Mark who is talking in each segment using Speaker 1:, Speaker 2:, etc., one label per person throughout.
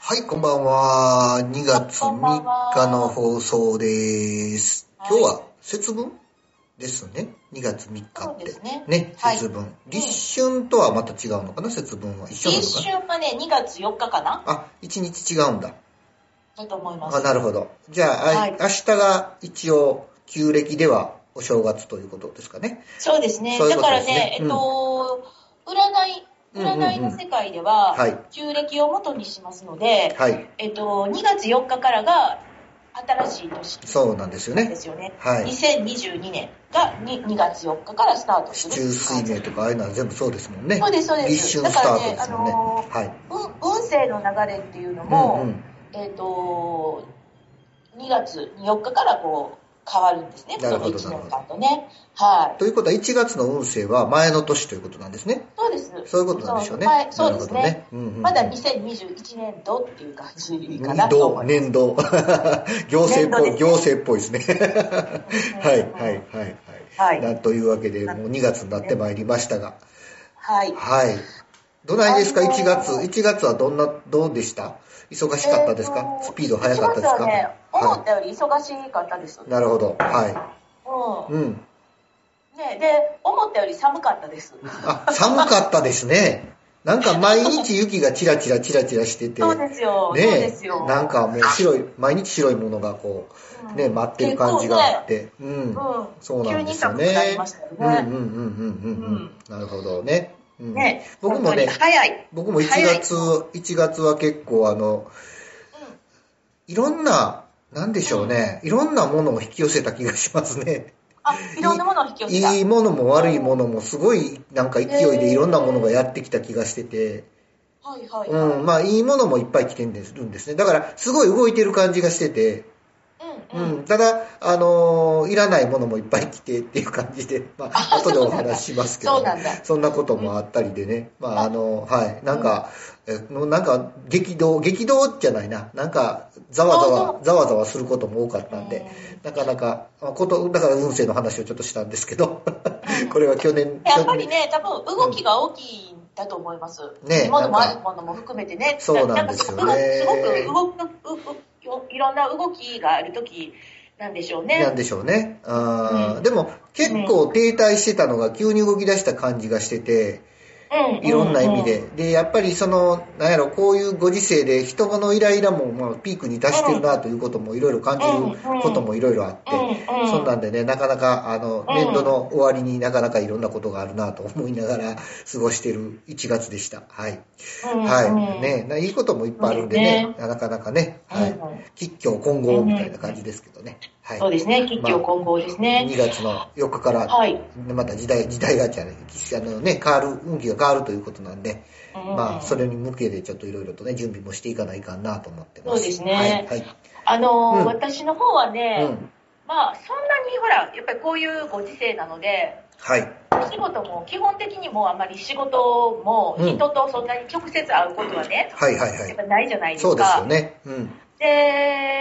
Speaker 1: はい、こんばんは。2月
Speaker 2: こんばん
Speaker 1: 3
Speaker 2: は
Speaker 1: 日の放送です。
Speaker 2: はい
Speaker 1: 今日は節分ですね。2月3日
Speaker 2: そ
Speaker 1: っ
Speaker 2: う
Speaker 1: て。
Speaker 2: ですね。
Speaker 1: ね、
Speaker 2: はい
Speaker 1: 節分。立春とはまた違うのかな節分は。一緒なの
Speaker 2: 立
Speaker 1: か
Speaker 2: 春はね、2月4日かな
Speaker 1: なあ、1日違うんだ。
Speaker 2: だと思いま
Speaker 1: あ、
Speaker 2: す。
Speaker 1: なるほど。じゃあ、あ
Speaker 2: はい
Speaker 1: 明日が一応、旧暦ではお正月ということですかね。
Speaker 2: そうですね。
Speaker 1: そういう
Speaker 2: だ
Speaker 1: こ
Speaker 2: か
Speaker 1: とで
Speaker 2: ら
Speaker 1: すね
Speaker 2: ね、えっと、
Speaker 1: うん
Speaker 2: 占
Speaker 1: うんうん
Speaker 2: い、占いの世界では
Speaker 1: はい、
Speaker 2: 旧暦を元にしますので、
Speaker 1: はい。
Speaker 2: えっと、2月4日からが新しい年
Speaker 1: そうなんですよ
Speaker 2: で
Speaker 1: ね。
Speaker 2: すよね。
Speaker 1: はい。
Speaker 2: 2022年が 2, 2月4日からスタートす
Speaker 1: 市中
Speaker 2: る。
Speaker 1: 水明とかああいうのは全部そうですもんね。
Speaker 2: そうです、そうです。
Speaker 1: 立春
Speaker 2: だ
Speaker 1: ス
Speaker 2: か
Speaker 1: タ
Speaker 2: ら
Speaker 1: ート
Speaker 2: ね
Speaker 1: で、
Speaker 2: あ
Speaker 1: すもんね。
Speaker 2: の
Speaker 1: はい。
Speaker 2: ー、運運勢の流れっていうのも、
Speaker 1: うんうん。
Speaker 2: えっ、と、2月4日からこう、変わるんですね、
Speaker 1: な
Speaker 2: こ
Speaker 1: るほ
Speaker 2: の1
Speaker 1: ど
Speaker 2: 年間とね。はい。
Speaker 1: ということは1月の運勢は前の年ということなんですね。
Speaker 2: そうです。
Speaker 1: そういうことなんでしょうね。
Speaker 2: そうはいそうですね
Speaker 1: なるほど。うんうん
Speaker 2: まだ2021年度っていう感じか
Speaker 1: 年
Speaker 2: なと
Speaker 1: 度、
Speaker 2: 思います。
Speaker 1: 年度。 行政っぽい、
Speaker 2: 年度ですね
Speaker 1: 行政っぽいですね。はい、はい、はい、はい。
Speaker 2: はい。
Speaker 1: な
Speaker 2: はい。
Speaker 1: というわけで、もう2月になってまいりましたが。
Speaker 2: はい。
Speaker 1: はい。どないですか、
Speaker 2: あのー
Speaker 1: ?1 月。1月はどんな、どうでした忙しかったです
Speaker 2: え
Speaker 1: か
Speaker 2: ーと
Speaker 1: スピード速かったです
Speaker 2: 一月はね
Speaker 1: か、
Speaker 2: 思
Speaker 1: は
Speaker 2: ったより忙しかったです。
Speaker 1: い。なるほど。は
Speaker 2: う
Speaker 1: い。うん。
Speaker 2: ん。ね、で、思ったより寒かったです。
Speaker 1: あ、寒かったですね。なんか毎日雪がチラチラチラチラしてて。
Speaker 2: そうですよ。
Speaker 1: ね
Speaker 2: そう
Speaker 1: え
Speaker 2: ですよ。
Speaker 1: なんかもう白い、毎日白いものがこ
Speaker 2: う
Speaker 1: う、
Speaker 2: ん
Speaker 1: ね、待ってる感じがあって。うん
Speaker 2: 結。構ね
Speaker 1: そうなんですよ
Speaker 2: 急に寒くな
Speaker 1: ね
Speaker 2: りましたよ。
Speaker 1: うんうんうん
Speaker 2: ね
Speaker 1: うんう
Speaker 2: うんん。
Speaker 1: なるほどね。うん
Speaker 2: うん。ね、
Speaker 1: 僕も
Speaker 2: 本当に
Speaker 1: ね、
Speaker 2: 早い。
Speaker 1: 僕も1
Speaker 2: 早い
Speaker 1: 月、1月は結構あの、いろんな、なんでしょうね、いろんなものを引き寄せた気がしますね。
Speaker 2: あ、いろんなものを引き寄せた。
Speaker 1: いいものも悪いものもすごいなんか勢いでいろんなものがやってきた気がしてて、
Speaker 2: はいはいはい。
Speaker 1: うん、まあいいものもいっぱい来てるんでするんですね。だからすごい動いてる感じがしてて、
Speaker 2: う
Speaker 1: うん
Speaker 2: うん。
Speaker 1: ん、ただ、あのーいらないものもいっぱい来てっていう感じで、まあ、後でお話ししますけど、
Speaker 2: そうなんだ
Speaker 1: そんなこともあったりでね、まあ、あのーはい、なんか、えのなんか、激動、激動じゃないな、なんか、ざわざ
Speaker 2: そう
Speaker 1: わ、ざわざわすることも多かったんで、なかなか、あこと、だから運勢の話をちょっとしたんですけど、 これは去年、
Speaker 2: やっ
Speaker 1: 去
Speaker 2: ぱり
Speaker 1: 年
Speaker 2: ね、多分動きが大きいんだと思います。
Speaker 1: ね
Speaker 2: いいものも
Speaker 1: なん
Speaker 2: あ
Speaker 1: か
Speaker 2: るものも含めてね。
Speaker 1: そうなんですよね
Speaker 2: かすごく動く、動く、動くいろんな動きがあるときなんでしょう
Speaker 1: な
Speaker 2: ね
Speaker 1: ん。でしょうね。あー
Speaker 2: うん
Speaker 1: でも、結構停滞してたのが急に動き出した感じがしてて、
Speaker 2: うん。
Speaker 1: いろんな意味
Speaker 2: う
Speaker 1: で。で、やっぱりその、なんやろ、こういうご時世で人のイライラも、まあ、ピークに達してるなということもいろいろ感じることもいろいろあって、
Speaker 2: うんうん
Speaker 1: そんなんでね、なかなか、あの、
Speaker 2: うん
Speaker 1: 年度の終わりになかなかいろんなことがあるなと思いながら過ごしてる1月でした。はい。
Speaker 2: ん。うん
Speaker 1: はい。。ねな、いいこともいっぱいあるんでね、なかなかね、
Speaker 2: うんう
Speaker 1: はい。
Speaker 2: ん
Speaker 1: 吉居混合みたいな感じですけどね。は
Speaker 2: そう
Speaker 1: い。
Speaker 2: ですね。吉居混合ですね。
Speaker 1: 2月の4日から、
Speaker 2: はい。
Speaker 1: また時代、時代がじゃない、あのね、変わる、運気が変わるということなんで、
Speaker 2: うん
Speaker 1: まあ、それに向けてちょっといろいろとね、準備もしていかないかんなと思ってます。
Speaker 2: そうですね
Speaker 1: はい。
Speaker 2: あのー
Speaker 1: うん
Speaker 2: 私の方は
Speaker 1: は
Speaker 2: ね
Speaker 1: い。、うん。
Speaker 2: まあ、そんなにほら、やっぱりこういうご時世なので、
Speaker 1: はい。
Speaker 2: お仕事も基本的にもうあまり仕事も
Speaker 1: うん
Speaker 2: 人とそんなに直接会うことはね、
Speaker 1: はいはいは
Speaker 2: やっ
Speaker 1: い。
Speaker 2: ぱないじゃないで
Speaker 1: そ
Speaker 2: す
Speaker 1: うですよ
Speaker 2: か。
Speaker 1: ね。うん。
Speaker 2: で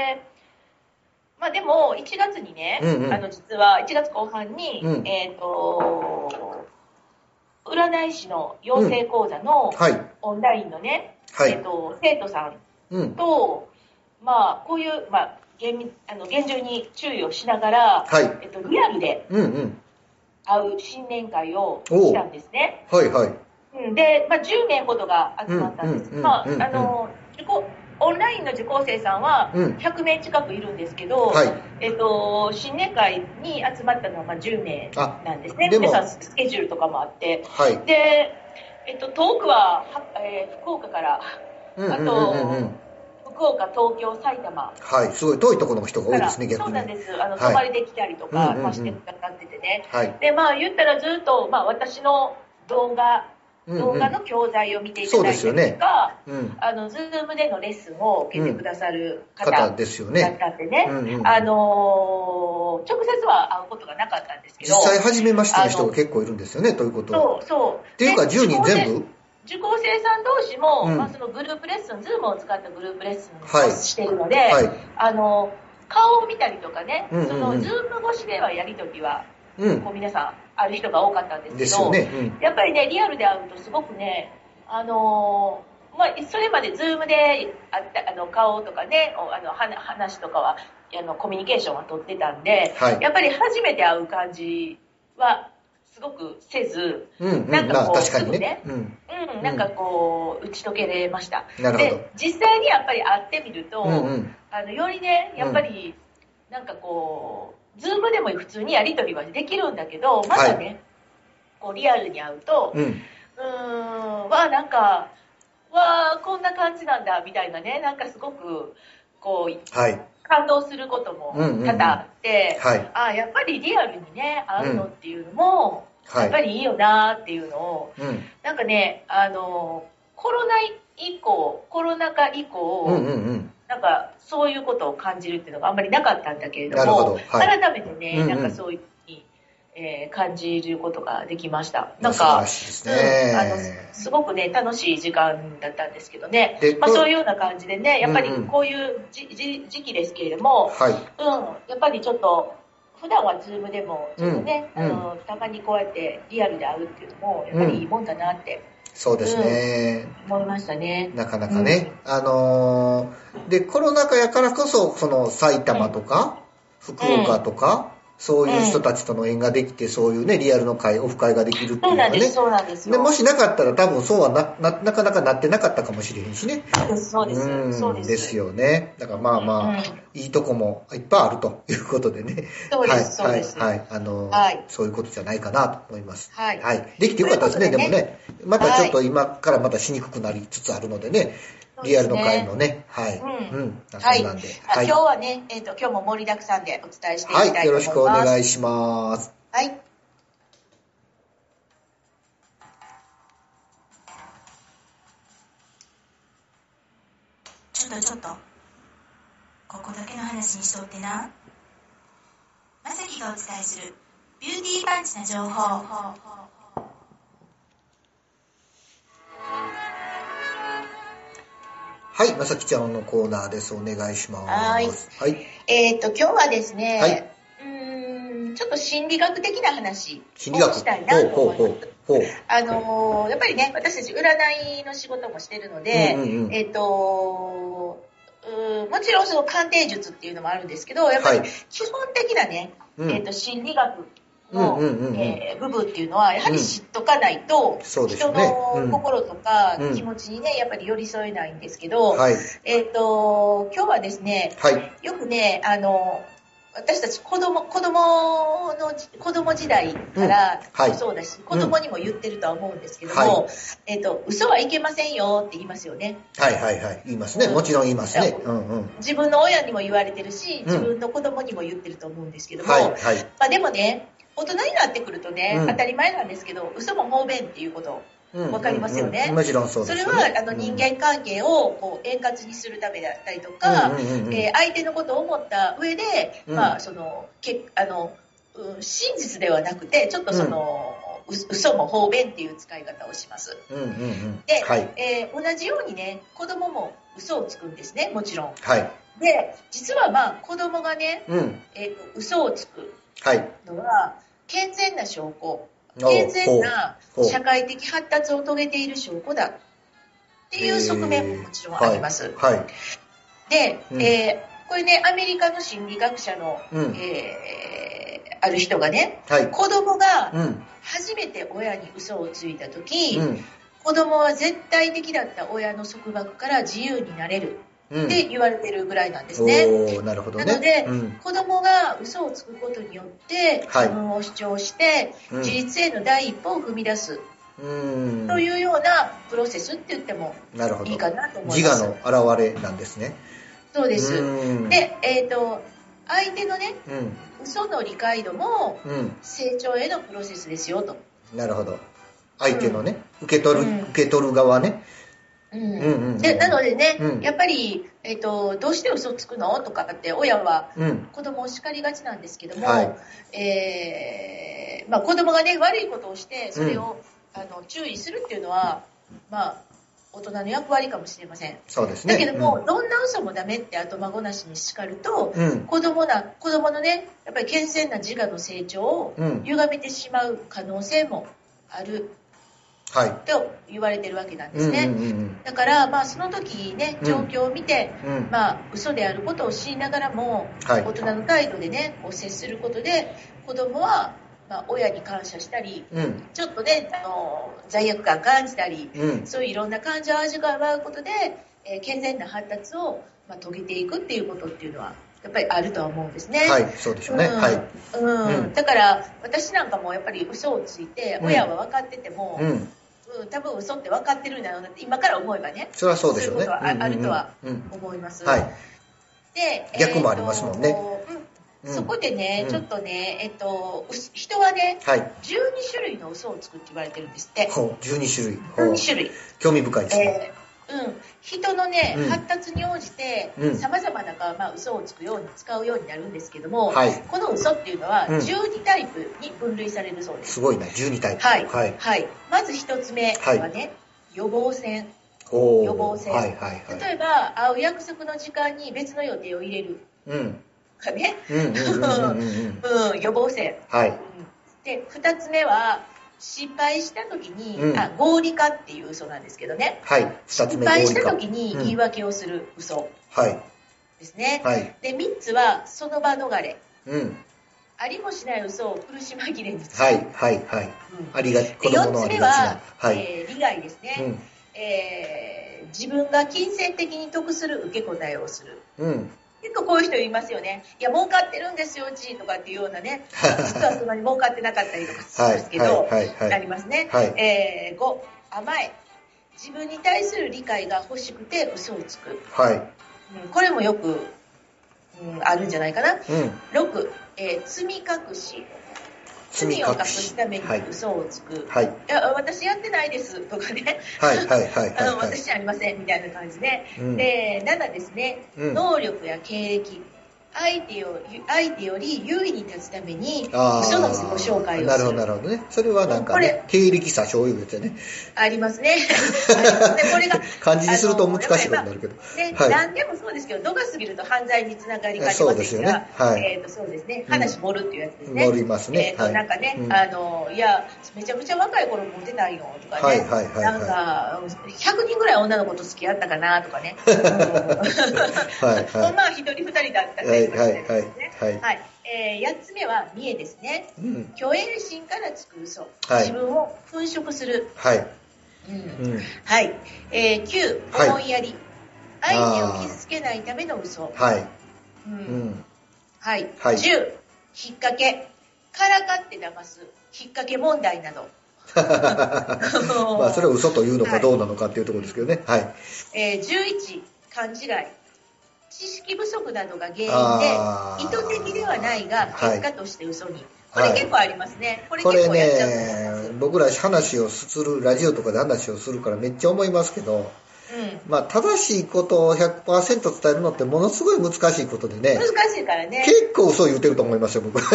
Speaker 2: まあでも1月にね、
Speaker 1: うんうん
Speaker 2: あの実は1月後半に、
Speaker 1: うん
Speaker 2: えっ、と、占い師の養成講座の
Speaker 1: はい。
Speaker 2: オンラインのね、
Speaker 1: は
Speaker 2: えっ、
Speaker 1: い。
Speaker 2: と、生徒さん
Speaker 1: うん。
Speaker 2: と、まあこういう、まあ厳密あの厳重に注意をしながら、
Speaker 1: はい。
Speaker 2: えっと、リアルで
Speaker 1: うんうん。
Speaker 2: 会う新年会をしたんですね。
Speaker 1: はいはい。
Speaker 2: うんで、まあ、10名ほどが集まったんです。
Speaker 1: うんうん
Speaker 2: まあ、あ
Speaker 1: うんうん
Speaker 2: の、受講オンラインの受講生さんは
Speaker 1: うん。
Speaker 2: 100名近くいるんですけど、
Speaker 1: はい。
Speaker 2: えっ、と、新年会に集まったのはまあ10名
Speaker 1: あ、
Speaker 2: なんですね。
Speaker 1: でも
Speaker 2: 皆さんスケジュールとかもあって。
Speaker 1: はい。
Speaker 2: で、えっ、と、遠くは、はえー福岡から、
Speaker 1: うんうんうんうんうん。
Speaker 2: 福岡、東京、埼玉
Speaker 1: はい。すごい遠いところの人が
Speaker 2: か
Speaker 1: 多い
Speaker 2: ら、
Speaker 1: ですね、
Speaker 2: そ
Speaker 1: 逆
Speaker 2: う
Speaker 1: に。
Speaker 2: なん
Speaker 1: は
Speaker 2: です。あの、
Speaker 1: はい
Speaker 2: 泊まりできたりと
Speaker 1: うん
Speaker 2: か、
Speaker 1: うんうん
Speaker 2: まあしてくださっててね。
Speaker 1: い。
Speaker 2: で、まあ、言ったらずっと、まあ、私の動画、
Speaker 1: うん
Speaker 2: 動
Speaker 1: う
Speaker 2: 画
Speaker 1: ん。
Speaker 2: の教材を見ていただ
Speaker 1: そうで
Speaker 2: いた
Speaker 1: すよ
Speaker 2: り
Speaker 1: ね
Speaker 2: とか、
Speaker 1: うん。
Speaker 2: あの、ズームでのレッスンを受けてくださる方
Speaker 1: 方
Speaker 2: だ
Speaker 1: ですよ
Speaker 2: っ
Speaker 1: ね。
Speaker 2: たんで
Speaker 1: う
Speaker 2: ね、
Speaker 1: んうん。
Speaker 2: あのー直接は会うことがなかったんですけ
Speaker 1: 実
Speaker 2: ど、
Speaker 1: 際初めましての人が結構いるんですよね、ということは。
Speaker 2: そうそう。
Speaker 1: っていうか、10人全
Speaker 2: 部
Speaker 1: 部
Speaker 2: 受講生さん同士も、
Speaker 1: うん
Speaker 2: まあ、そのグループレッスン、ズームを使ったグループレッスン
Speaker 1: はい
Speaker 2: をしているので、
Speaker 1: はい。
Speaker 2: あの顔を見たりとかね、
Speaker 1: うんうんうん
Speaker 2: そのズーム越しではやりときは、
Speaker 1: うん。
Speaker 2: こう皆さんある人が多かったんですけ
Speaker 1: です
Speaker 2: ど、
Speaker 1: よね。うん。
Speaker 2: やっぱりね、リアルで会うとすごくね、あのーまあ、それまでズームであったあの顔とかねおあのはな話とかはあのコミュニケーションは取ってたんで、
Speaker 1: はい
Speaker 2: やっぱり初めて会う感じはすごくせず、
Speaker 1: うんうん、
Speaker 2: なん
Speaker 1: ま
Speaker 2: か
Speaker 1: あ
Speaker 2: こう
Speaker 1: 確かにね。
Speaker 2: ね
Speaker 1: うん。
Speaker 2: うん、なんかこう、打ち解けれました。
Speaker 1: なるほど
Speaker 2: で、実際にやっぱり会ってみると、
Speaker 1: うんうん。
Speaker 2: あのよりね、やっぱり、なんかこう、ズームでも普通にやりとりはできるんだけど、まだね、こうリアルに会うと、
Speaker 1: うん。
Speaker 2: うーん、わあ、なんか、わあ、こんな感じなんだ、みたいなね、なんかすごく、こう、
Speaker 1: はい。
Speaker 2: 感動することも
Speaker 1: うんうんうん
Speaker 2: 多々あって、
Speaker 1: はい。
Speaker 2: ああ、やっぱりリアルにね、会うのっていうのも、やっ
Speaker 1: は
Speaker 2: ぱ
Speaker 1: い。
Speaker 2: りいいよなっていうのを、
Speaker 1: うん。
Speaker 2: なんかね、あの、コロナ以降、コロナ禍以降、
Speaker 1: うんうんうん。
Speaker 2: なんかそういうことを感じるっていうのがあんまりなかったんだけれども、
Speaker 1: なるほど。はい。
Speaker 2: 改めてね、
Speaker 1: うんうん
Speaker 2: なんかそういうふうに、えー感じることができました。
Speaker 1: まあ
Speaker 2: なん
Speaker 1: 素晴ら
Speaker 2: か、
Speaker 1: しいです
Speaker 2: うんあの
Speaker 1: ね。
Speaker 2: すごくね、楽しい時間だったんですけどね、
Speaker 1: で、
Speaker 2: まあ、
Speaker 1: こ
Speaker 2: そういうような感じでね、やっぱり
Speaker 1: うんうん
Speaker 2: こういうじじ時期ですけれども、
Speaker 1: はい。
Speaker 2: うん、やっぱりちょっと、普段はズームでも、ちょっとね、
Speaker 1: うん
Speaker 2: あの、たまにこうやってリアルで会うっていうのも、やっぱりいいもんだなって
Speaker 1: そうですね。
Speaker 2: 思いましたね。
Speaker 1: なかなかね。あのーで、コロナ禍やからこそ、その埼玉とか、福岡とか、そういう人たちとの縁ができて、そういうね、リアルの会、オフ会ができるってい
Speaker 2: そうう
Speaker 1: の
Speaker 2: な
Speaker 1: は
Speaker 2: んで
Speaker 1: ね
Speaker 2: す、。そうなんです
Speaker 1: で
Speaker 2: よ。
Speaker 1: もしなかったら多分そうはなななかなかなってなかったかもしれへんしね。
Speaker 2: そうです、そうです。そ
Speaker 1: う
Speaker 2: う
Speaker 1: ん
Speaker 2: です
Speaker 1: ですよね。だからまあまあ、
Speaker 2: うん
Speaker 1: いいとこもいっぱいあるということでね。
Speaker 2: そうです、そう
Speaker 1: はい、
Speaker 2: です。
Speaker 1: はい、はい。あの、
Speaker 2: はい
Speaker 1: そういうことじゃないかなと思います。
Speaker 2: はい
Speaker 1: はい。できてよかったですね、で
Speaker 2: とい
Speaker 1: も
Speaker 2: うことで
Speaker 1: ね。またちょっと今からまたしにくくなりつつあるのでね。
Speaker 2: そうですね
Speaker 1: リアルの会のね。はい。
Speaker 2: うん
Speaker 1: うん。そ
Speaker 2: は
Speaker 1: う
Speaker 2: い
Speaker 1: なんで。
Speaker 2: あ
Speaker 1: はい。
Speaker 2: 今日はね、えっ、と、今日も盛りだくさんでお伝えしていきたいと思います。
Speaker 1: はい。よろしくお願いします。
Speaker 2: はい。
Speaker 3: ちょっとちょっと。ここだけの話にしとってな。まさきがお伝えするビューティーパンチな情報。
Speaker 1: はい。まさきちゃんのコーナーです。お願いします。
Speaker 2: はい
Speaker 1: はい。
Speaker 2: えっ、と、今日はですね、
Speaker 1: は
Speaker 2: うーん、ちょっと心理学的な話
Speaker 1: 心理
Speaker 2: を
Speaker 1: 学。
Speaker 2: したいなと
Speaker 1: ほう
Speaker 2: 思
Speaker 1: ほ
Speaker 2: いうます。
Speaker 1: ほう。ほう。
Speaker 2: あのーやっぱりね、私たち占いの仕事もしてるので、
Speaker 1: うんうんうん
Speaker 2: えっ、とうーもちろんその鑑定術っていうのもあるんですけど、やっぱり
Speaker 1: はい
Speaker 2: 基本的なね、
Speaker 1: うん
Speaker 2: えっと心理学の、
Speaker 1: うんうんうんうん
Speaker 2: えー部分っていうのは、やはり知っとかないと、
Speaker 1: そうです
Speaker 2: 人
Speaker 1: よねう
Speaker 2: の
Speaker 1: ん
Speaker 2: 心とか
Speaker 1: うん
Speaker 2: 気持ちにね、やっぱり寄り添えないんですけど、
Speaker 1: はい。
Speaker 2: えっ、と、今日はですね、
Speaker 1: はい。
Speaker 2: よくね、あの、私たち子供、子供の、子供時代から
Speaker 1: うんはい
Speaker 2: そうだし、子供にも言ってるとは思うんですけども、
Speaker 1: は
Speaker 2: えっ、と、嘘はいけませんよって言いますよね。
Speaker 1: はいはいはい。言いますね。
Speaker 2: うん
Speaker 1: もちろん言いますね。
Speaker 2: いや
Speaker 1: うんうん。
Speaker 2: 自分の親にも言われてるし
Speaker 1: ん、
Speaker 2: 自分の子供にも言ってると思うんですけども、
Speaker 1: はいはい。
Speaker 2: まあでもね、大人になってくるとね、
Speaker 1: うん
Speaker 2: 当たり前なんですけど、嘘も方便っていうこと。
Speaker 1: うん
Speaker 2: わかりますよね
Speaker 1: うんうんもちろんそう
Speaker 2: そ
Speaker 1: です
Speaker 2: れ
Speaker 1: よね。
Speaker 2: は、あの、人間関係をこう円滑にするためだったりとか、
Speaker 1: うんうんうんうん
Speaker 2: えー相手のことを思った上で、
Speaker 1: うん
Speaker 2: まあそのけあのうん真実ではなくてちょっとその、う嘘も方便っていう使い方をします、
Speaker 1: うんうんうん
Speaker 2: で
Speaker 1: はい。
Speaker 2: えー同じようにね子供も嘘をつくんですねもちろん
Speaker 1: はい。
Speaker 2: で実はまあ子供がね、
Speaker 1: うん。
Speaker 2: えーと嘘をつく
Speaker 1: はい。
Speaker 2: のは健全な証拠
Speaker 1: お
Speaker 2: 健全な
Speaker 1: ほうほう
Speaker 2: 社会的発達を遂げている証拠だっていう側面ももちろんあります、
Speaker 1: はい。
Speaker 2: で、
Speaker 1: うん
Speaker 2: えーこれねアメリカの心理学者の、
Speaker 1: うん。
Speaker 2: えーある人がね
Speaker 1: はい。
Speaker 2: 子供が
Speaker 1: うん。
Speaker 2: 初めて親に嘘をついた時、
Speaker 1: うん。
Speaker 2: 子供は絶対的だった親の束縛から自由になれる
Speaker 1: うん。
Speaker 2: って言われてるぐらいなんです
Speaker 1: お
Speaker 2: ね。
Speaker 1: ー、なるほどね。
Speaker 2: なので
Speaker 1: うん。
Speaker 2: 子供が嘘をつくことによって
Speaker 1: はい
Speaker 2: 自分を主張して
Speaker 1: うん
Speaker 2: 自立への第一歩を踏み出す
Speaker 1: うん。
Speaker 2: というようなプロセスって言っても
Speaker 1: なるほど。
Speaker 2: いいかなと思い
Speaker 1: 自我
Speaker 2: ます。
Speaker 1: の現れなんですね。
Speaker 2: そうです。
Speaker 1: うん。
Speaker 2: で、えっ、と相手のね
Speaker 1: うん。
Speaker 2: 嘘の理解度も
Speaker 1: うん。
Speaker 2: 成長へのプロセスですよと。
Speaker 1: なるほど。相手のね、受け取
Speaker 2: うん
Speaker 1: る、受け取る側ね。
Speaker 2: う
Speaker 1: うんんうんうん。
Speaker 2: でなのでね、
Speaker 1: うん
Speaker 2: やっぱり、えっとどうして嘘つくのとかって親は
Speaker 1: うん。
Speaker 2: 子供を叱りがちなんですけども、
Speaker 1: はい
Speaker 2: えーまあ、子供がね悪いことをしてそれを、あの注意するっていうのは、まあ、大人の役割かもしれません。
Speaker 1: そうですね。
Speaker 2: だけども、どんな嘘もダメって後孫なしに叱ると
Speaker 1: うん、うん。
Speaker 2: 子供な子供のねやっぱり健全な自我の成長を
Speaker 1: うん。
Speaker 2: 歪めてしまう可能性もある
Speaker 1: はい。
Speaker 2: と言われてるわけなんで
Speaker 1: う
Speaker 2: す
Speaker 1: んうん
Speaker 2: ね。
Speaker 1: うん
Speaker 2: だから、まあ、その時ね、状況を見て、
Speaker 1: うん。うん。
Speaker 2: まあ、嘘であることを知りながらも、
Speaker 1: はい
Speaker 2: 大人の態度でね、こう接することで、子供は、まあ、親に感謝したり、
Speaker 1: うん。
Speaker 2: ちょっとね、あの、罪悪感感じたり、
Speaker 1: うん。
Speaker 2: そういういろんな感情を味わうことで、えー健全な発達を、まあ、遂げていくっていうことっていうのは、やっぱりあるとは思うんですね。
Speaker 1: はい。そうでしょうね。
Speaker 2: うん
Speaker 1: はい。
Speaker 2: うん
Speaker 1: うん
Speaker 2: だから私なんかもやっぱり嘘をついて、
Speaker 1: うん
Speaker 2: 親は分かってても、
Speaker 1: うん。
Speaker 2: うん多分嘘って分かってるんだろうなって今から思えばね
Speaker 1: それはそうでしょうね。
Speaker 2: そういうことはあ
Speaker 1: んんん
Speaker 2: あるとは
Speaker 1: うん。
Speaker 2: 思います、
Speaker 1: はい。
Speaker 2: で
Speaker 1: 逆もありますもんね
Speaker 2: えーとうん
Speaker 1: うん
Speaker 2: そこでね、
Speaker 1: うん
Speaker 2: ちょっとね、えっと、うす人はね、
Speaker 1: はい。
Speaker 2: 12種類の嘘をつくって言われてるんですって。
Speaker 1: ほう、12種類。ほう
Speaker 2: 12。種類。
Speaker 1: 興味深いですね。
Speaker 2: えーうん、人のね、
Speaker 1: うん
Speaker 2: 発達に応じて
Speaker 1: うん、
Speaker 2: さまざまな、まあ、嘘をつくように使うようになるんですけども、
Speaker 1: はい。
Speaker 2: この嘘っていうのは、
Speaker 1: うん
Speaker 2: 12タイプに分類されるそうです。
Speaker 1: すごいな、12タイプ。
Speaker 2: はい
Speaker 1: はい。
Speaker 2: はい、まず一つ目はね、予防線。
Speaker 1: ほう。
Speaker 2: 予防性
Speaker 1: はいはいはい。
Speaker 2: 例えば、会う約束の時間に別の予定を入れる。
Speaker 1: うん。
Speaker 2: かね。
Speaker 1: うんうんうんうんうんうん。
Speaker 2: うん、予防線。
Speaker 1: はい。
Speaker 2: で、二つ目は、失敗した時に、
Speaker 1: うん
Speaker 2: あ、合理化っていう嘘なんですけどね。
Speaker 1: はい。二つ
Speaker 2: 失
Speaker 1: 目、
Speaker 2: 敗
Speaker 1: 合理
Speaker 2: した
Speaker 1: 化。
Speaker 2: 時に言い訳をする嘘
Speaker 1: はい。
Speaker 2: ですね。
Speaker 1: はい。
Speaker 2: で、三つは、その場逃れ。
Speaker 1: うん。
Speaker 2: ありもしない嘘を苦し紛れにつ
Speaker 1: はいはいはい。ありが、子
Speaker 2: で、
Speaker 1: 供
Speaker 2: 四
Speaker 1: の
Speaker 2: つ
Speaker 1: あり
Speaker 2: 目
Speaker 1: がち
Speaker 2: は
Speaker 1: な。、はい。
Speaker 2: えー利害ですね。
Speaker 1: うん。
Speaker 2: えー自分が金銭的に得する受け答えをする。
Speaker 1: うん。
Speaker 2: 結構こういう人いますよね。いや、儲かってるんですよ、うちとかっていうような ね。実はそんなに儲かってなかったりとかするん
Speaker 1: はい
Speaker 2: ですけ
Speaker 1: はい
Speaker 2: ど、
Speaker 1: はいは
Speaker 2: あ
Speaker 1: い。
Speaker 2: りますね。
Speaker 1: はい。
Speaker 2: えー、5、甘え。自分に対する理解が欲しくて嘘をつく。
Speaker 1: はい。
Speaker 2: うん、これもよく、うん、あるんじゃないかな。
Speaker 1: うん。
Speaker 2: 6、えー罪隠し。罪
Speaker 1: 罪
Speaker 2: を
Speaker 1: 隠
Speaker 2: 隠
Speaker 1: し
Speaker 2: すために
Speaker 1: はい
Speaker 2: 嘘をつく。い
Speaker 1: はい。
Speaker 2: や私やってないですとかね、
Speaker 1: はいはいはい
Speaker 2: あの
Speaker 1: はい。はい
Speaker 2: 私ありませんみたいな感じで、
Speaker 1: うん。
Speaker 2: で7ですね、
Speaker 1: うん
Speaker 2: 能力や経歴相手よ相手より優位に立つために
Speaker 1: あー
Speaker 2: 嘘の自己紹介を
Speaker 1: な
Speaker 2: する
Speaker 1: るほどなるほどね。それはなんか、
Speaker 2: こ
Speaker 1: ね
Speaker 2: れ、
Speaker 1: 経歴詐称いうやつやね。
Speaker 2: あ りますね。ありますねこれが、
Speaker 1: 漢字にすると難しいことになるけど。
Speaker 2: ね
Speaker 1: はい
Speaker 2: 何でもそうですけど度が過ぎると犯罪につながりかねません
Speaker 1: そ
Speaker 2: か
Speaker 1: うですよ
Speaker 2: ら、
Speaker 1: ね。はい。
Speaker 2: えー、とそうですね
Speaker 1: うん
Speaker 2: 話盛るっていうやつですね。
Speaker 1: 乗ります
Speaker 2: え
Speaker 1: ね
Speaker 2: ー。と
Speaker 1: はい。
Speaker 2: なんかね、
Speaker 1: うん
Speaker 2: あのいやめちゃめちゃ若い頃モテないよとかね、
Speaker 1: はいはいはい
Speaker 2: なん
Speaker 1: は
Speaker 2: か100人ぐらい女の子と付き合ったかなとか ね、
Speaker 1: い。はい
Speaker 2: うんまあ
Speaker 1: は
Speaker 2: まあ一人二人だった
Speaker 1: い。
Speaker 2: り
Speaker 1: はい
Speaker 2: とか
Speaker 1: は
Speaker 2: し
Speaker 1: い
Speaker 2: てです
Speaker 1: はい。
Speaker 2: ね。
Speaker 1: はい。
Speaker 2: はい、えー、8つ目は見えですね
Speaker 1: うん。
Speaker 2: 虚栄心からつく嘘、
Speaker 1: はい
Speaker 2: 自分を粉飾する、
Speaker 1: はい。
Speaker 2: うん
Speaker 1: うん。
Speaker 2: はい、えー、9
Speaker 1: はい
Speaker 2: 思いやり、
Speaker 1: あー
Speaker 2: 相手を傷つけないための嘘、
Speaker 1: はい。
Speaker 2: うん
Speaker 1: うん。
Speaker 2: はい
Speaker 1: はい
Speaker 2: 10引っ掛けからかって騙す引っ掛け問題など
Speaker 1: まあ、それを嘘というの
Speaker 2: は
Speaker 1: か
Speaker 2: い
Speaker 1: どうなのかっていうところですけどね。はい。
Speaker 2: えー、11勘違い知識不足などが原因で
Speaker 1: あー
Speaker 2: 意図的ではないが
Speaker 1: は
Speaker 2: 結
Speaker 1: い。
Speaker 2: 果として嘘に、こ
Speaker 1: はい
Speaker 2: れ結構ありますね、こ
Speaker 1: こ
Speaker 2: れ
Speaker 1: れ
Speaker 2: 結構やっちゃうと思います、
Speaker 1: ね、僕ら話をする、ラジオとかで話をするからめっちゃ思いますけど、
Speaker 2: うん
Speaker 1: まあ、正しいことを100%伝えるのってものすごい難しいことでね、
Speaker 2: 難しいからね。
Speaker 1: 結構嘘言うてると思いますよ、僕。
Speaker 2: うん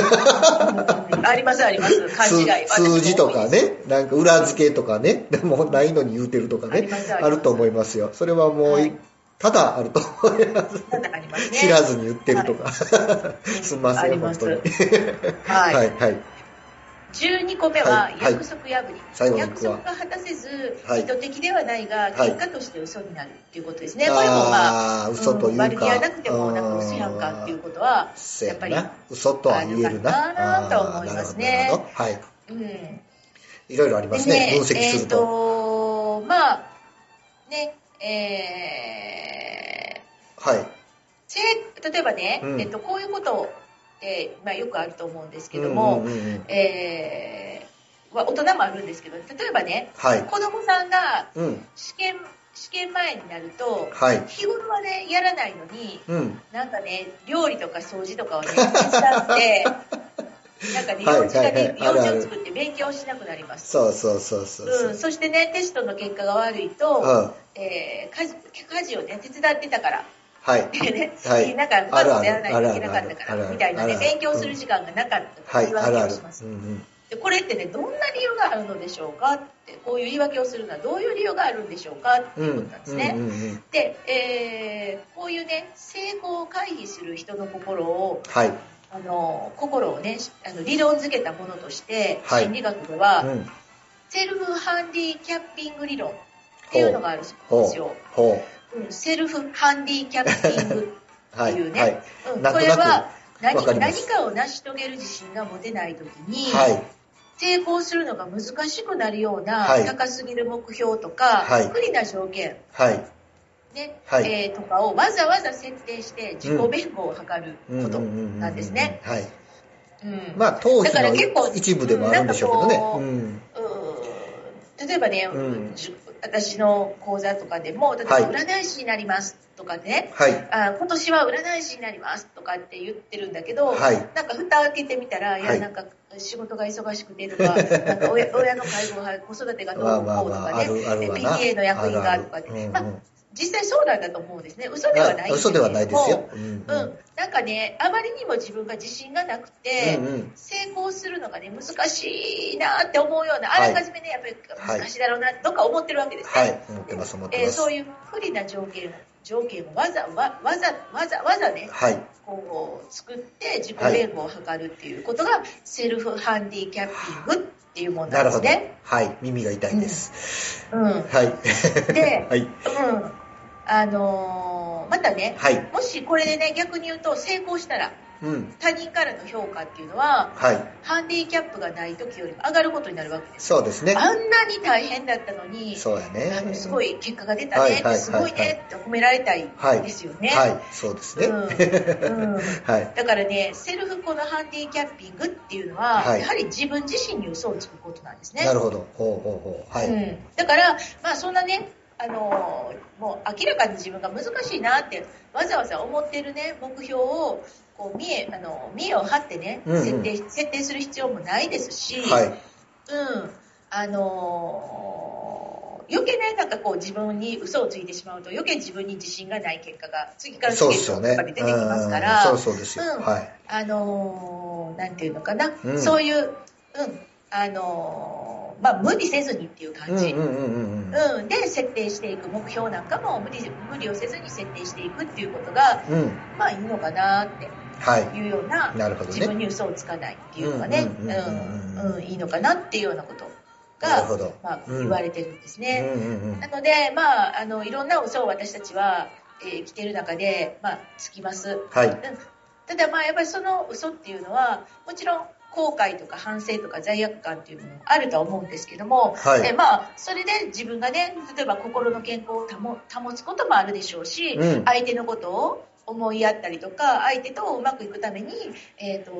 Speaker 2: ありますあります。勘違
Speaker 1: 数
Speaker 2: い。私も多い
Speaker 1: 数
Speaker 2: です
Speaker 1: 字とか。ね、なんか裏付けとかね、 でもないのに言うてるとか
Speaker 2: あり
Speaker 1: ね、
Speaker 2: ます
Speaker 1: あると思いますよ。それはもう、
Speaker 2: はい
Speaker 1: ただあると思います。
Speaker 2: なんだかありますね。
Speaker 1: 知らずに言ってるとか。
Speaker 2: うん
Speaker 1: すんませ
Speaker 2: あ
Speaker 1: ん、
Speaker 2: り
Speaker 1: 本
Speaker 2: ます
Speaker 1: 当に。
Speaker 2: はい。
Speaker 1: はい、はい。
Speaker 2: 12個目は
Speaker 1: はい
Speaker 2: 約束破り、
Speaker 1: 最後の
Speaker 2: 約
Speaker 1: 僕は
Speaker 2: 束が果たせず、
Speaker 1: はい
Speaker 2: 意図的ではないが、
Speaker 1: はい
Speaker 2: 結果として嘘になるっていうことですね、これもまあ、
Speaker 1: あー、嘘というか。
Speaker 2: ん、割り合わなくても、なんか嘘やんかっていうことは、
Speaker 1: せや
Speaker 2: やっぱり
Speaker 1: な。嘘とは言えるな。
Speaker 2: あるかなとは思いますね
Speaker 1: あーなるほどなるほど
Speaker 2: うん、で
Speaker 1: はい。いろいろありますね。分析す
Speaker 2: え
Speaker 1: る
Speaker 2: っ、
Speaker 1: と。
Speaker 2: と、まあ、ね、えー、
Speaker 1: はい。
Speaker 2: せ例えばね、
Speaker 1: うん
Speaker 2: えっと、こういうことって、まあ、よくあると思うんですけど
Speaker 1: う
Speaker 2: も、
Speaker 1: んうんうんうん
Speaker 2: えーは大人もあるんですけど例えばね
Speaker 1: はい。
Speaker 2: 子供さんが
Speaker 1: うん。
Speaker 2: 試験試験前になると
Speaker 1: はい。
Speaker 2: 日頃はねやらないのに
Speaker 1: うん。
Speaker 2: なんかね料理とか掃除と かをね手伝って。なんかね、
Speaker 1: はい
Speaker 2: 用事が
Speaker 1: はい
Speaker 2: ね
Speaker 1: は、い
Speaker 2: 用
Speaker 1: あるあ
Speaker 2: 事
Speaker 1: る
Speaker 2: を作って勉強しなくなります。
Speaker 1: そうそうそうそうそうう。
Speaker 2: ん、そしてね、テストの結果が悪いと、
Speaker 1: うん。
Speaker 2: えー家事家事をね、手伝ってたから、
Speaker 1: はい。
Speaker 2: ね、
Speaker 1: はい
Speaker 2: なんかうまくやらないといけなかったか
Speaker 1: あるあるあるあるある
Speaker 2: らみたいな
Speaker 1: あ
Speaker 2: ね
Speaker 1: るある
Speaker 2: 勉強する時間がなかったとか
Speaker 1: は
Speaker 2: 言い
Speaker 1: い。あ
Speaker 2: 訳
Speaker 1: るあ
Speaker 2: を
Speaker 1: る
Speaker 2: しま。す、
Speaker 1: うんうん。
Speaker 2: でこれってねどんな理由があるのでしょうかってこういう言い訳をするのはどういう理由があるんでしょうかって
Speaker 1: う
Speaker 2: い
Speaker 1: ん
Speaker 2: うことなんですね、
Speaker 1: うんうんうん。
Speaker 2: で、えーこういうね成功を回避する人の心を
Speaker 1: はい。うん。
Speaker 2: あの心をねあの理論づけたものとして
Speaker 1: はい
Speaker 2: 心理学では、
Speaker 1: うん
Speaker 2: セルフハンディキャッピング理論っていうのがあるそう
Speaker 1: ほ
Speaker 2: で
Speaker 1: う
Speaker 2: すよ。
Speaker 1: ほ
Speaker 2: うんセルフハンディキャッピ ング。
Speaker 1: うは
Speaker 2: っ
Speaker 1: い
Speaker 2: ていうね
Speaker 1: はい
Speaker 2: うん
Speaker 1: なん
Speaker 2: ことれ
Speaker 1: なく
Speaker 2: は何
Speaker 1: わかりま
Speaker 2: 何
Speaker 1: す
Speaker 2: かを成し遂げる自信が持てない時に、
Speaker 1: はい
Speaker 2: 成功するのが難しくなるような、
Speaker 1: はい
Speaker 2: 高すぎる目標とか、
Speaker 1: はい
Speaker 2: 不利な条件、
Speaker 1: はい
Speaker 2: ね
Speaker 1: はい
Speaker 2: えーとかをわざわざ設定して自己弁護を図る
Speaker 1: うんうん
Speaker 2: こ
Speaker 1: う
Speaker 2: と
Speaker 1: んうんうん
Speaker 2: なんですね。
Speaker 1: はい
Speaker 2: うん
Speaker 1: まあ頭皮
Speaker 2: だから結構
Speaker 1: の一部でもあるんでしょうけど
Speaker 2: うんなんかこう
Speaker 1: ね
Speaker 2: うーん例えばね、
Speaker 1: うん
Speaker 2: じゅ私の講座とかでも例えば
Speaker 1: はい
Speaker 2: 占い師になりますとかね、
Speaker 1: うんはい
Speaker 2: あ今年は占い師になりますとかって言ってるんだけど、
Speaker 1: はい
Speaker 2: なんか蓋開けてみたら、い、
Speaker 1: は
Speaker 2: や
Speaker 1: い
Speaker 2: なんか仕事が忙しくてと かなんか親親の介護が子育てがどう
Speaker 1: まあま
Speaker 2: こ
Speaker 1: あ
Speaker 2: うと
Speaker 1: ま
Speaker 2: か
Speaker 1: ああ
Speaker 2: ね、
Speaker 1: るあるわな
Speaker 2: PTA の役員が
Speaker 1: ある
Speaker 2: とかね
Speaker 1: うんうん
Speaker 2: まあ実際そうなんだと思うんですね嘘ではないん
Speaker 1: あ
Speaker 2: です
Speaker 1: 嘘
Speaker 2: け
Speaker 1: で
Speaker 2: れど
Speaker 1: は
Speaker 2: も
Speaker 1: ないですよ、うん
Speaker 2: うんなんかねあまりにも自分が自信がなくて、
Speaker 1: うんうん
Speaker 2: 成功するのがね難しいなって思うようなあ
Speaker 1: はい
Speaker 2: らかじめねやっぱ
Speaker 1: はい
Speaker 2: り難しいだろうなとか思ってるわけですね、
Speaker 1: はい思ってます思って
Speaker 2: えー
Speaker 1: ます、
Speaker 2: そういう不利な条件条件をわざわわざわざわざね
Speaker 1: はい
Speaker 2: こう作って自己弁護を図るっていうことがセルフハンディキャッピングっていうもの
Speaker 1: な
Speaker 2: なん
Speaker 1: る
Speaker 2: で
Speaker 1: ほ
Speaker 2: す
Speaker 1: ど
Speaker 2: ね。
Speaker 1: はい耳が痛いです、
Speaker 2: うん
Speaker 1: はい
Speaker 2: で、
Speaker 1: はい
Speaker 2: うん、あのーまたね
Speaker 1: はい
Speaker 2: もしこれでね逆に言うと成功したら
Speaker 1: うん
Speaker 2: 他人からの評価っていうのは
Speaker 1: はい
Speaker 2: ハンディキャップがない時よりも上がることになるわけです。
Speaker 1: そうですね
Speaker 2: あんなに大変だったのに
Speaker 1: そうやね
Speaker 2: あのすごい結果が出たねって、
Speaker 1: はいはいはいはい
Speaker 2: すごいねって褒められたいですよね。
Speaker 1: はいそうですね、
Speaker 2: うんうん
Speaker 1: はい
Speaker 2: だからね、セルフこのハンディキャッピングっていうのは、
Speaker 1: はい
Speaker 2: やはり自分自身に嘘をつくことなんですね。
Speaker 1: なるほどほうほうほうはい、
Speaker 2: うん、だから、まあ、そんなね、あのーもう明らかに自分が難しいなってわざわざ思ってるね目標をこう見えあの見栄を張ってね、
Speaker 1: うんうん
Speaker 2: 設定設定する必要もないですし、
Speaker 1: はい
Speaker 2: うん、あのー余計ねなんかこう自分に嘘をついてしまうと余計自分に自信がない結果が次から
Speaker 1: そう
Speaker 2: 次
Speaker 1: で
Speaker 2: へ
Speaker 1: す
Speaker 2: と
Speaker 1: よね
Speaker 2: かで出てきますか
Speaker 1: うん
Speaker 2: ら、
Speaker 1: そうそうですよ、
Speaker 2: うん
Speaker 1: はい
Speaker 2: あのーなんていうのかな、
Speaker 1: うん
Speaker 2: そういう、うんあのーまあ、無理せずにっていう
Speaker 1: う
Speaker 2: 感
Speaker 1: ん
Speaker 2: じ、
Speaker 1: うんうんうんうん
Speaker 2: うんで設定していく目標なんかも無理無理をせずに設定していくっていうことが
Speaker 1: うん
Speaker 2: まあいいのかなって
Speaker 1: はい
Speaker 2: いうような
Speaker 1: なるほど
Speaker 2: 自分
Speaker 1: ね
Speaker 2: に嘘をつかないっていうのがね
Speaker 1: うんうんうんうんうん
Speaker 2: うんうんいいのかなっていうようなこと
Speaker 1: なる
Speaker 2: が、
Speaker 1: ほど
Speaker 2: まあ、
Speaker 1: うん
Speaker 2: 言われてるんです
Speaker 1: う
Speaker 2: ね。
Speaker 1: んうんうん
Speaker 2: なので、まあ、あのいろんな嘘を私たちは、えー、来てる中で、まあ、つきます。
Speaker 1: はい
Speaker 2: ただまあやっぱりその嘘っていうのはもちろん後悔とか反省とか罪悪感っていうのもあるとは思うんですけども、
Speaker 1: はい
Speaker 2: えまあそれで自分がね例えば心の健康を保保つこともあるでしょうし、
Speaker 1: うん
Speaker 2: 相手のことを思いやったりとか相手とうまくいくために、えー、と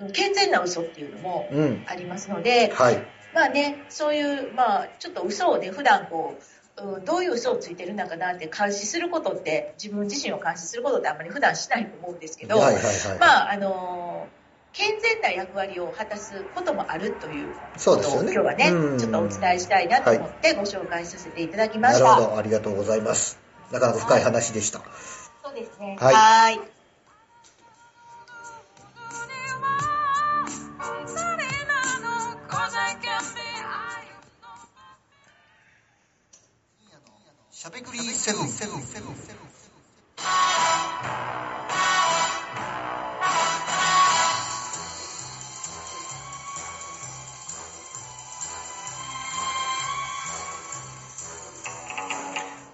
Speaker 2: うん健全な嘘っていうのも
Speaker 1: うん
Speaker 2: ありますので
Speaker 1: はい
Speaker 2: まあねそういうまあちょっと嘘をね普段こううんどういう嘘をついてるのかなって監視することって自分自身を監視することってあんまり普段しないと思うんですけど、
Speaker 1: はいはいはい、
Speaker 2: まああの健全な役割を果たすこともあるというこ
Speaker 1: そうで
Speaker 2: と
Speaker 1: すよ
Speaker 2: を
Speaker 1: ね
Speaker 2: 今日はね
Speaker 1: うん
Speaker 2: ちょっとお伝えしたいなと思ってご紹介させていただきま
Speaker 1: な
Speaker 2: し
Speaker 1: る
Speaker 2: た。
Speaker 1: ほどありがとうございますなかなか深い話でした
Speaker 2: そうですね。
Speaker 1: はい
Speaker 2: はーい。
Speaker 1: しゃべくりセブンセブンセブンセブン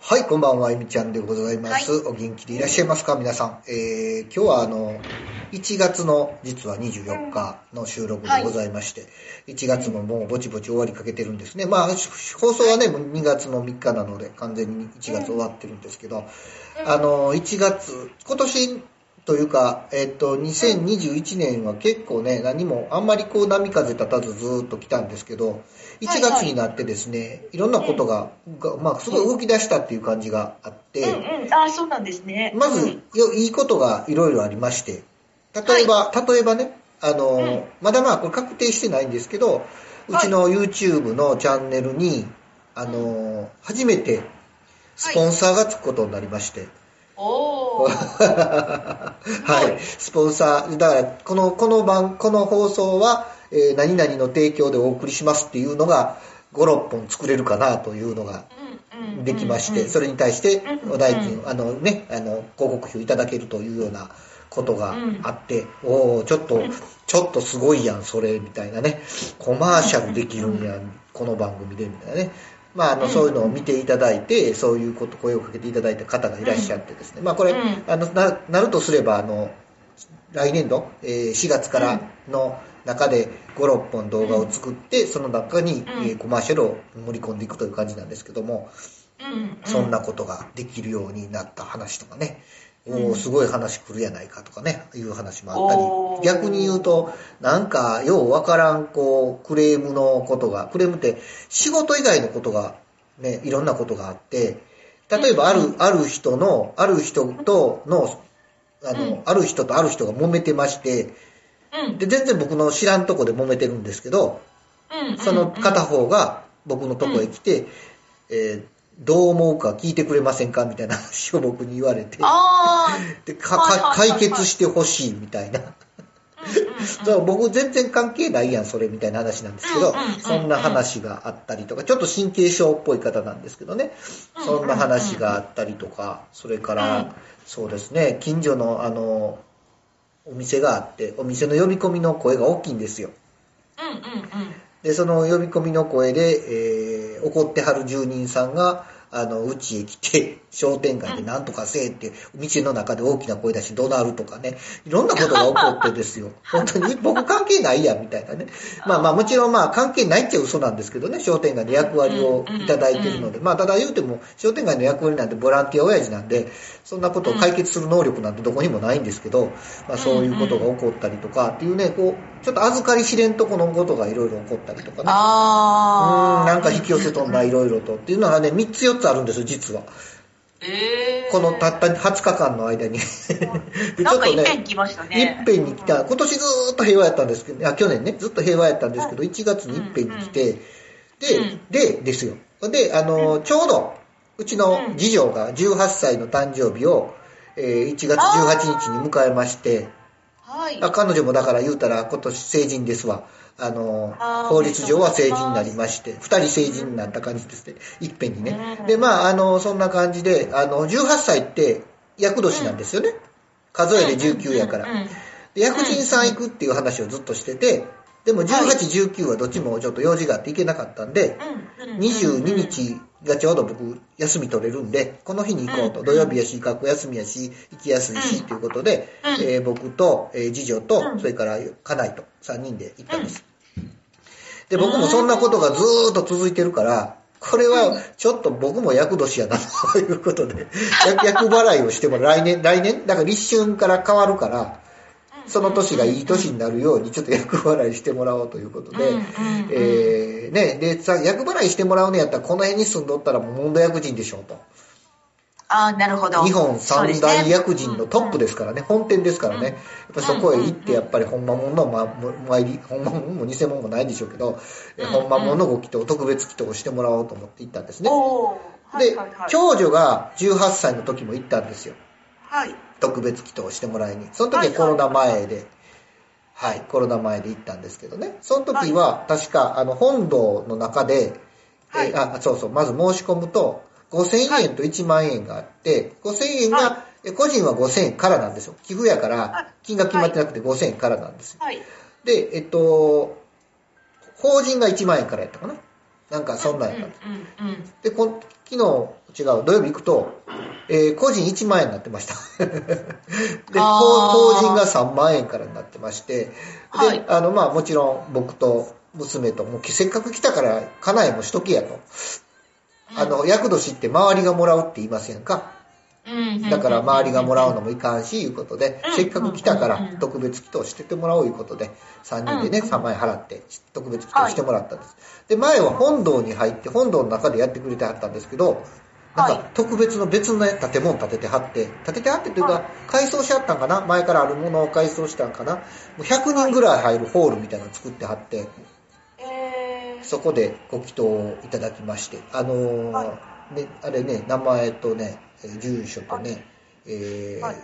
Speaker 1: はい、こんばんは、えみちゃんでございます。お元気でいらっしゃいますか、皆さん。えー、今日はあの、1月の、実は24日の収録でございまして、1月ももうぼちぼち終わりかけてるんですね。まあ、放送はね、もう2月の3日なので、完全に1月終わってるんですけど、あの、1月、今年というか、えっと、2021年は結構ね、何も、あんまりこう波風立たずずーっと来たんですけど、1
Speaker 2: はい
Speaker 1: 月になってですね、いろんなことが、がまあ、すごい動き出したっていう感じがあって、
Speaker 2: うんうん。あーそうなんですね。
Speaker 1: ま
Speaker 2: う
Speaker 1: ず
Speaker 2: ん、
Speaker 1: よいいことがいろいろありまして、例えば、例えばね、あの、
Speaker 2: うん
Speaker 1: まだまあこれ確定してないんですけど、うちの YouTube のチャンネルに、あの、初めてスポンサーがつくことになりまして、
Speaker 2: おー
Speaker 1: はい、スポンサー、だからこの、この番、この放送は、えー何々の提供でお送りしますっていうのが、5、6本作れるかなというのが
Speaker 2: うんうんうん
Speaker 1: できまして、
Speaker 2: うん
Speaker 1: それに対して
Speaker 2: うん
Speaker 1: お代
Speaker 2: う
Speaker 1: 金、あのね、あの、広告費をいただけるというようなことがあって、おおちょっと、ちょっとすごいやん、それ、みたいなね。コマーシャルできるんやん、この番組で、みたいなね。まあ、あの、そういうのを見ていただいて、そういうこと、声をかけていただいた方がいらっしゃってですね。まあ、これ、あの、な、なるとすれば、あの、来年度、えー4月からの中で5、6本動画を作って、その中に、えーコマーシャルを盛り込んでいくという感じなんですけども、そんなことができるようになった話とかね、
Speaker 2: うん
Speaker 1: おーすごい話来るやないかとかね、いう話もあったり、
Speaker 2: おー
Speaker 1: 逆に言うと、なんか、ようわからん、こう、クレームのことが、クレームって仕事以外のことが、ね、いろんなことがあって、例えばある、ある人の、ある人との、あの、
Speaker 2: うん
Speaker 1: ある人とある人が揉めてまして、
Speaker 2: うん
Speaker 1: で、全然僕の知らんとこで揉めてるんですけど、
Speaker 2: うん
Speaker 1: その片方が僕のとこへ来て、えーどう思うか聞いてくれませんかみたいな話を僕に言われて、
Speaker 2: あ
Speaker 1: でか
Speaker 2: はいはい
Speaker 1: か
Speaker 2: はいはい
Speaker 1: 解決してほしいみたいな。
Speaker 2: あー、うんうんうん
Speaker 1: そう僕全然関係ないやん、それみたいな話なんですけ
Speaker 2: う
Speaker 1: ど
Speaker 2: んうんうんうん、
Speaker 1: そんな話があったりとか、ちょっと神経症っぽい方なんですけどね、そんな話があったりとか、それか
Speaker 2: うん
Speaker 1: ら、そうですね、近所のあの、お店があって、お店の呼び込みの声が大きいんですよ。
Speaker 2: うんうんうん
Speaker 1: で、その呼び込みの声で、えー怒ってはる住人さんが、あの、うちへ来て、 商店街でなんとかせえって、店の中で大きな声出して怒鳴るとかね、いろんなことが起こってですよ。本当に僕関係ないや、みたいなね。まあまあ、もちろんまあ関係ないっちゃ嘘なんですけどね、商店街で役割をいただいてるので、まあただ言うても、商店街の役割なんてボランティア親父なんで、そんなことを解決する能力なんてどこにもないんですけど、まあそういうことが起こったりとかっていうね、こう、ちょっと預かり知れんとこのことがいろいろ起こったりとかね。
Speaker 2: あ
Speaker 1: う
Speaker 2: あ。
Speaker 1: ん、なんか引き寄せとんな、いろいろと。っていうのがね、3つ4つあるんですよ、実は。
Speaker 2: ええ
Speaker 1: このたった20日間の間に。で、ちょ
Speaker 2: なんかいっぺん来ましたね。
Speaker 1: いっぺんに来た。今年ずーっと平和やったんですけど、あ、去年ね、ずっと平和やったんですけど、1月にいっぺんに来て、
Speaker 2: うん
Speaker 1: で、で、ですよ。で、あの、ちょうど、うちの次女が18歳の誕生日を、えー1月18日に迎えまして、
Speaker 2: はい。
Speaker 1: あ彼女もだから言うたら今年成人ですわ。あの
Speaker 2: あー、
Speaker 1: 法律上は成人になりまして、二人成人になった感じですね。いっぺんにね。で、まあ、あの、そんな感じで、あの、18歳って、厄年なんですよね。数えで19やから。
Speaker 2: うん
Speaker 1: で薬人さん行くっていう話をずっとしてて、でも18、19はどっちもちょっと用事があって行けなかったんで、
Speaker 2: うん。うん
Speaker 1: 22。日がちょうど僕休み取れるんで、この日に行こう
Speaker 2: う
Speaker 1: と。
Speaker 2: ん
Speaker 1: 土曜日やし、学校休みやし、行きやすいし、ということで、
Speaker 2: うん
Speaker 1: えー僕と、えー次女
Speaker 2: う
Speaker 1: と、
Speaker 2: ん
Speaker 1: それから家内と3人で行ったんです。で、
Speaker 2: ん
Speaker 1: 僕もそんなことがずーっと続いてるから、これはちょっと僕も厄年やな、ということで、 厄厄払いをしてもらう来年、来年、だから立春から変わるから、その年がいい年になるように、ちょっと厄払いしてもらおうということで、
Speaker 2: うんうんうん
Speaker 1: えーね、で、さ、厄払いしてもらうのやったら、この辺に住んどったらもう問題役人でしょうと。
Speaker 2: ああ、なるほど。
Speaker 1: 日本
Speaker 2: そうで
Speaker 1: 三
Speaker 2: すね
Speaker 1: 大役人のトップですからね、本店ですからね。やっぱりそこへ行って、やっぱり本間物の、ま、も参り、本間物も偽物もないんでしょうけど、え
Speaker 2: うん
Speaker 1: 本間物のご祈祷、特別祈祷をしてもらおうと思って行ったんですね。
Speaker 2: おーはい
Speaker 1: で
Speaker 2: はいは、い。
Speaker 1: 長女が18歳の時も行ったんですよ。
Speaker 2: はい。
Speaker 1: 特別祈祷をしてもらいに。その時
Speaker 2: はい
Speaker 1: は
Speaker 2: はい
Speaker 1: コロナ前で、はい、コロナ前で行ったんですけどね。その時は、確か、あの、本堂の中で、
Speaker 2: はい
Speaker 1: えーあ、そうそう、まず申し込むと、5000円と1万円があって、5000円が、
Speaker 2: は
Speaker 1: え個人は5000円からなんですよ。寄付やか
Speaker 2: はい
Speaker 1: ら、金額決まってなくて5000円からなんですよ。
Speaker 2: はい。
Speaker 1: で、えっと、法人が1万円からやったかな。なんかそんなんやった。
Speaker 2: うんうんうん。
Speaker 1: で、こん昨日、違う、土曜日行くと、えー個人1万円になってました。 で、
Speaker 2: あ
Speaker 1: 法法
Speaker 2: ー
Speaker 1: 人が3万円からになってまして、で、
Speaker 2: はい
Speaker 1: あの、まあもちろん僕と娘と、もうせっかく来たから家内もしとけやと。あの、厄年って周りがもらうって言いませんか。
Speaker 2: うん。
Speaker 1: だから周りがも
Speaker 2: ら
Speaker 1: らうのもいかんし、いうことで
Speaker 2: うん、
Speaker 1: せっかく来たか
Speaker 2: うんう
Speaker 1: ら
Speaker 2: んうん
Speaker 1: 特別祈祷してってもらおういうことで、3人でね、
Speaker 2: うん
Speaker 1: 3万円払って特別祈祷してもらったんです。で、前は本堂に入って、本堂の中でやってくれてはったんですけど、なん
Speaker 2: はい
Speaker 1: か特別の別の建物建ててはって、建ててはってという
Speaker 2: は
Speaker 1: か、改装しはったんかな前からあるものを改装したんかなもう ?100 人ぐらい入るホールみたいなの作ってはって、
Speaker 2: えー
Speaker 1: そこでご祈祷をいただきまして、あのー
Speaker 2: は
Speaker 1: ね、あれね、名前とね、えー住所とね、えー
Speaker 2: はい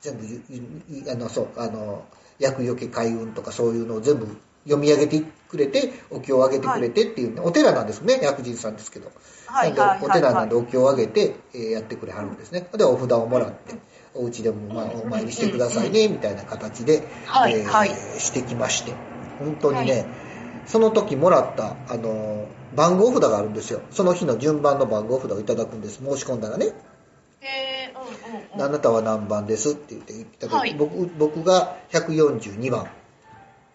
Speaker 1: 全部ゆゆゆあの、そう、あの、厄除け開運とかそういうのを全部読み上げてくれて、お経をあげてくれてっていうね、お寺なんですね、薬人さんですけど。
Speaker 2: はいはい
Speaker 1: な
Speaker 2: は
Speaker 1: ん
Speaker 2: い
Speaker 1: で、お
Speaker 2: はい
Speaker 1: 寺なんでお経をあげて、えーやってくれはるんですね。で、お札をもらって、お家でもまあお参りしてくださいね、みたいな形で、
Speaker 2: はい
Speaker 1: えー
Speaker 2: はい
Speaker 1: してきまして。本当にね、その時もらった、あのー番号札があるんですよ。その日の順番の番号札をいただくんです。申し込んだらね。
Speaker 2: へえうんうんうん
Speaker 1: あなたは何番ですって言って言った時、
Speaker 2: はい
Speaker 1: 僕僕が142番、
Speaker 2: うん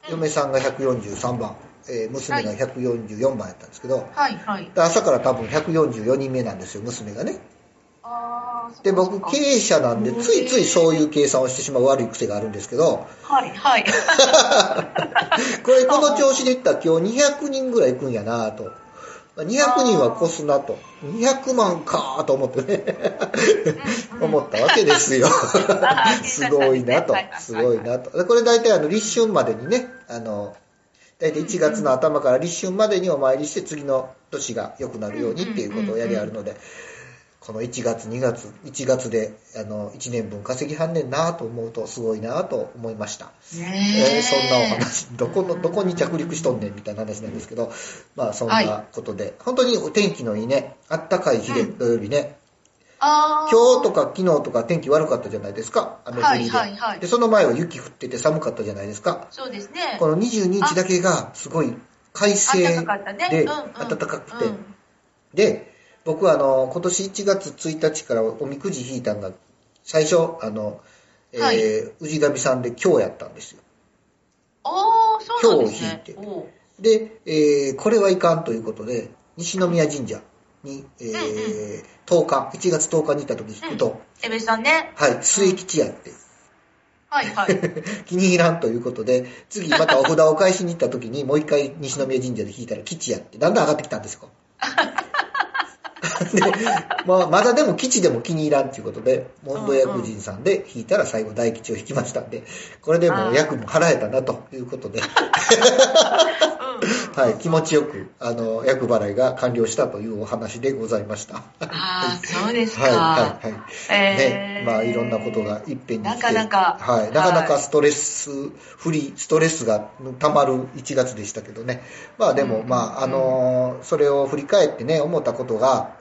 Speaker 1: 嫁さんが143番、えー娘が144番やったんですけど、
Speaker 2: はいはい
Speaker 1: で朝から多分144人目なんですよ娘がね
Speaker 2: あー
Speaker 1: で
Speaker 2: そ
Speaker 1: 僕
Speaker 2: っか
Speaker 1: 経営者なんで
Speaker 2: うん
Speaker 1: ついついそういう計算をしてしまう悪い癖があるんですけど
Speaker 2: はいはい
Speaker 1: これこの調子でいったら今日200人ぐらい行くんやなと200人は越すなと200万かと思ってね
Speaker 2: うん
Speaker 1: 思ったわけです よ
Speaker 2: あー
Speaker 1: すごい なと
Speaker 2: はいはいはいは、
Speaker 1: すご
Speaker 2: い
Speaker 1: いなと。でこれ大体あの立春までにね、あの、大体1月の頭から立春までにお参りして次の年が良くなるようにっていうことをやりあるので、この1月2月、1月であの1年分稼ぎはんねんなと思うとすごいなと思いました。 えーそんなお話、どこの、どこに着陸しとんねんみたいな話なんですけど、まあそんなことで、本当にお天気のいいね、あったかい日で
Speaker 2: うん
Speaker 1: 土曜日ね、
Speaker 2: あー
Speaker 1: 今日とか昨日とか天気悪かったじゃないですか、雨降りで。
Speaker 2: はいはいはい
Speaker 1: で、その前は雪降ってて寒かったじゃないですか。
Speaker 2: そうですね
Speaker 1: この22日だけがすごい快晴
Speaker 2: 暖かかったね
Speaker 1: で、
Speaker 2: うんうん
Speaker 1: 暖かくて。
Speaker 2: うん
Speaker 1: で、僕はあの、今年1月1日からおみくじ引いたんが、最初、あの、えー
Speaker 2: はい
Speaker 1: 氏神さんで今日やったんですよ。
Speaker 2: ああそうなんですね
Speaker 1: 今日引いて
Speaker 2: おう
Speaker 1: で、えーこれはいかんということで、西宮神社に、えー
Speaker 2: う
Speaker 1: 10日、1月10日に行った時引くと、
Speaker 2: エベさんね
Speaker 1: はい、末吉やって。
Speaker 2: はいはい
Speaker 1: 気に入らんということで、次またお札を返しに行った時に、もう一回西宮神社で引いたら吉やって、だんだん上がってきたんです よ。で、まあ、まだでも吉でも気に入らんということで、問答薬人さんで引いたら最後大吉を引きましたんで、これでもう役も払えたなということで、 はい、気持ちよく、あの、役払いが完了したというお話でございました。
Speaker 2: ああそうですか
Speaker 1: はい、はい、はい。ね
Speaker 2: え、ー
Speaker 1: まあいろんなことがいっぺんに来て
Speaker 2: なかなか
Speaker 1: はい、なかなかストレスフリー、ストレスが溜まる1月でしたけどね。まあでも、
Speaker 2: うん
Speaker 1: まああのーそれを振り返ってね、思ったことが、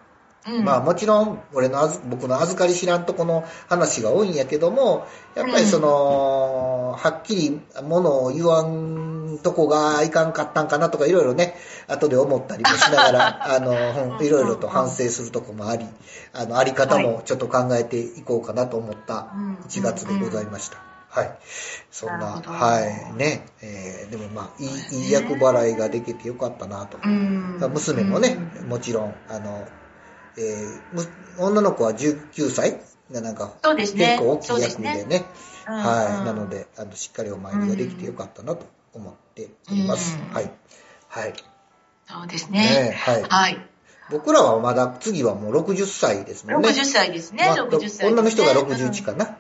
Speaker 2: うん
Speaker 1: まあもちろん、俺のあず、僕の預かり知らんとこの話が多いんやけども、やっぱりその、はっきりものを言わんとこがいかんかったんかなとかいろいろね、後で思ったりもしなが ら、あの、ほんいろいろと反省するとこもあり、あの、あり方もちょっと考えていこうかなと思った1月でございました。はい。そん
Speaker 2: な
Speaker 1: な、
Speaker 2: るほど
Speaker 1: はい。ね。えーでもまあ、いい、いい役払いができてよかったなと。
Speaker 2: うん
Speaker 1: 娘もね、もちろん、あの、えーむ女の子は19歳がなんか、
Speaker 2: そうですね
Speaker 1: 結構大きい役で
Speaker 2: そう
Speaker 1: ね、
Speaker 2: ですうんうん
Speaker 1: はい、なので、あの、しっかりお参りができてよかったなと思っております。
Speaker 2: うん
Speaker 1: はい。はい。
Speaker 2: そうです
Speaker 1: ね
Speaker 2: ね
Speaker 1: はい
Speaker 2: はい
Speaker 1: 僕らはまだ、次はもう60歳ですもんね。
Speaker 2: 60歳ですね、
Speaker 1: まあ
Speaker 2: 60歳です、ね。
Speaker 1: 女の人が
Speaker 2: う
Speaker 1: 61
Speaker 2: ん
Speaker 1: かな。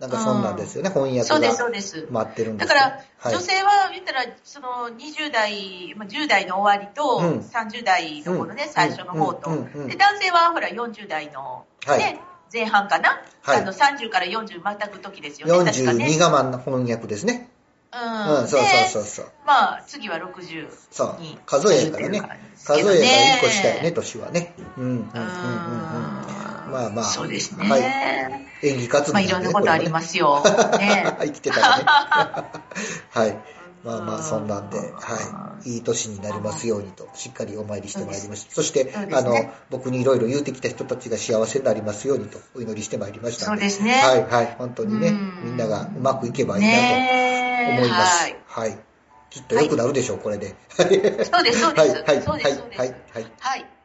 Speaker 1: なんかそんなんですよね、翻訳
Speaker 2: そうです、そ
Speaker 1: が
Speaker 2: うです。
Speaker 1: 待ってるんです
Speaker 2: だか
Speaker 1: けど
Speaker 2: ら、
Speaker 1: はい
Speaker 2: 女性は言ったら、その20代、まあ10代の終わりと、
Speaker 1: うん
Speaker 2: 30代のこのね、
Speaker 1: うん
Speaker 2: 最初の方と、
Speaker 1: うんうんうん
Speaker 2: で、男性はほら40代の、ね
Speaker 1: はい
Speaker 2: 前半かな、
Speaker 1: はい
Speaker 2: あの30から40またぐ時ですよね、確か
Speaker 1: 42
Speaker 2: ね。
Speaker 1: がまん翻訳ですね。
Speaker 2: うん
Speaker 1: うん、そうそうそう
Speaker 2: で、
Speaker 1: そう。
Speaker 2: まあ、次は60。
Speaker 1: そう
Speaker 2: に、
Speaker 1: 数えやからね
Speaker 2: 入ってるからで。す
Speaker 1: 数
Speaker 2: けどね
Speaker 1: えやから1個したいね、年はね。うん、うん、うん、うん。うん
Speaker 2: うん
Speaker 1: まあまあ
Speaker 2: そうですね。
Speaker 1: はい演技活動
Speaker 2: ま
Speaker 1: な
Speaker 2: あ、
Speaker 1: ん
Speaker 2: い
Speaker 1: でね、
Speaker 2: ろんなことありま すよ。ね
Speaker 1: これはね生きてたら ね。はい。まあまあ、そんなんで、はい。いい年になりますようにと、しっかりお参りしてまいりました。そして、
Speaker 2: そうですね
Speaker 1: あの、僕にいろいろ言うてきた人たちが幸せになりますようにと、お祈りしてまいりましたん
Speaker 2: そうですね
Speaker 1: はい、はい。本当にね
Speaker 2: う、ん
Speaker 1: みんながうまくいけばいいなと
Speaker 2: ね
Speaker 1: 思います
Speaker 2: はい。。
Speaker 1: はい。きっと良くなるでしょう、これで。
Speaker 2: そうです、そう
Speaker 1: は
Speaker 2: で
Speaker 1: い、
Speaker 2: す。
Speaker 1: はい、
Speaker 2: そう
Speaker 1: は
Speaker 2: で
Speaker 1: い
Speaker 2: す、そう、で
Speaker 1: は
Speaker 2: す
Speaker 1: い。はい
Speaker 2: はい。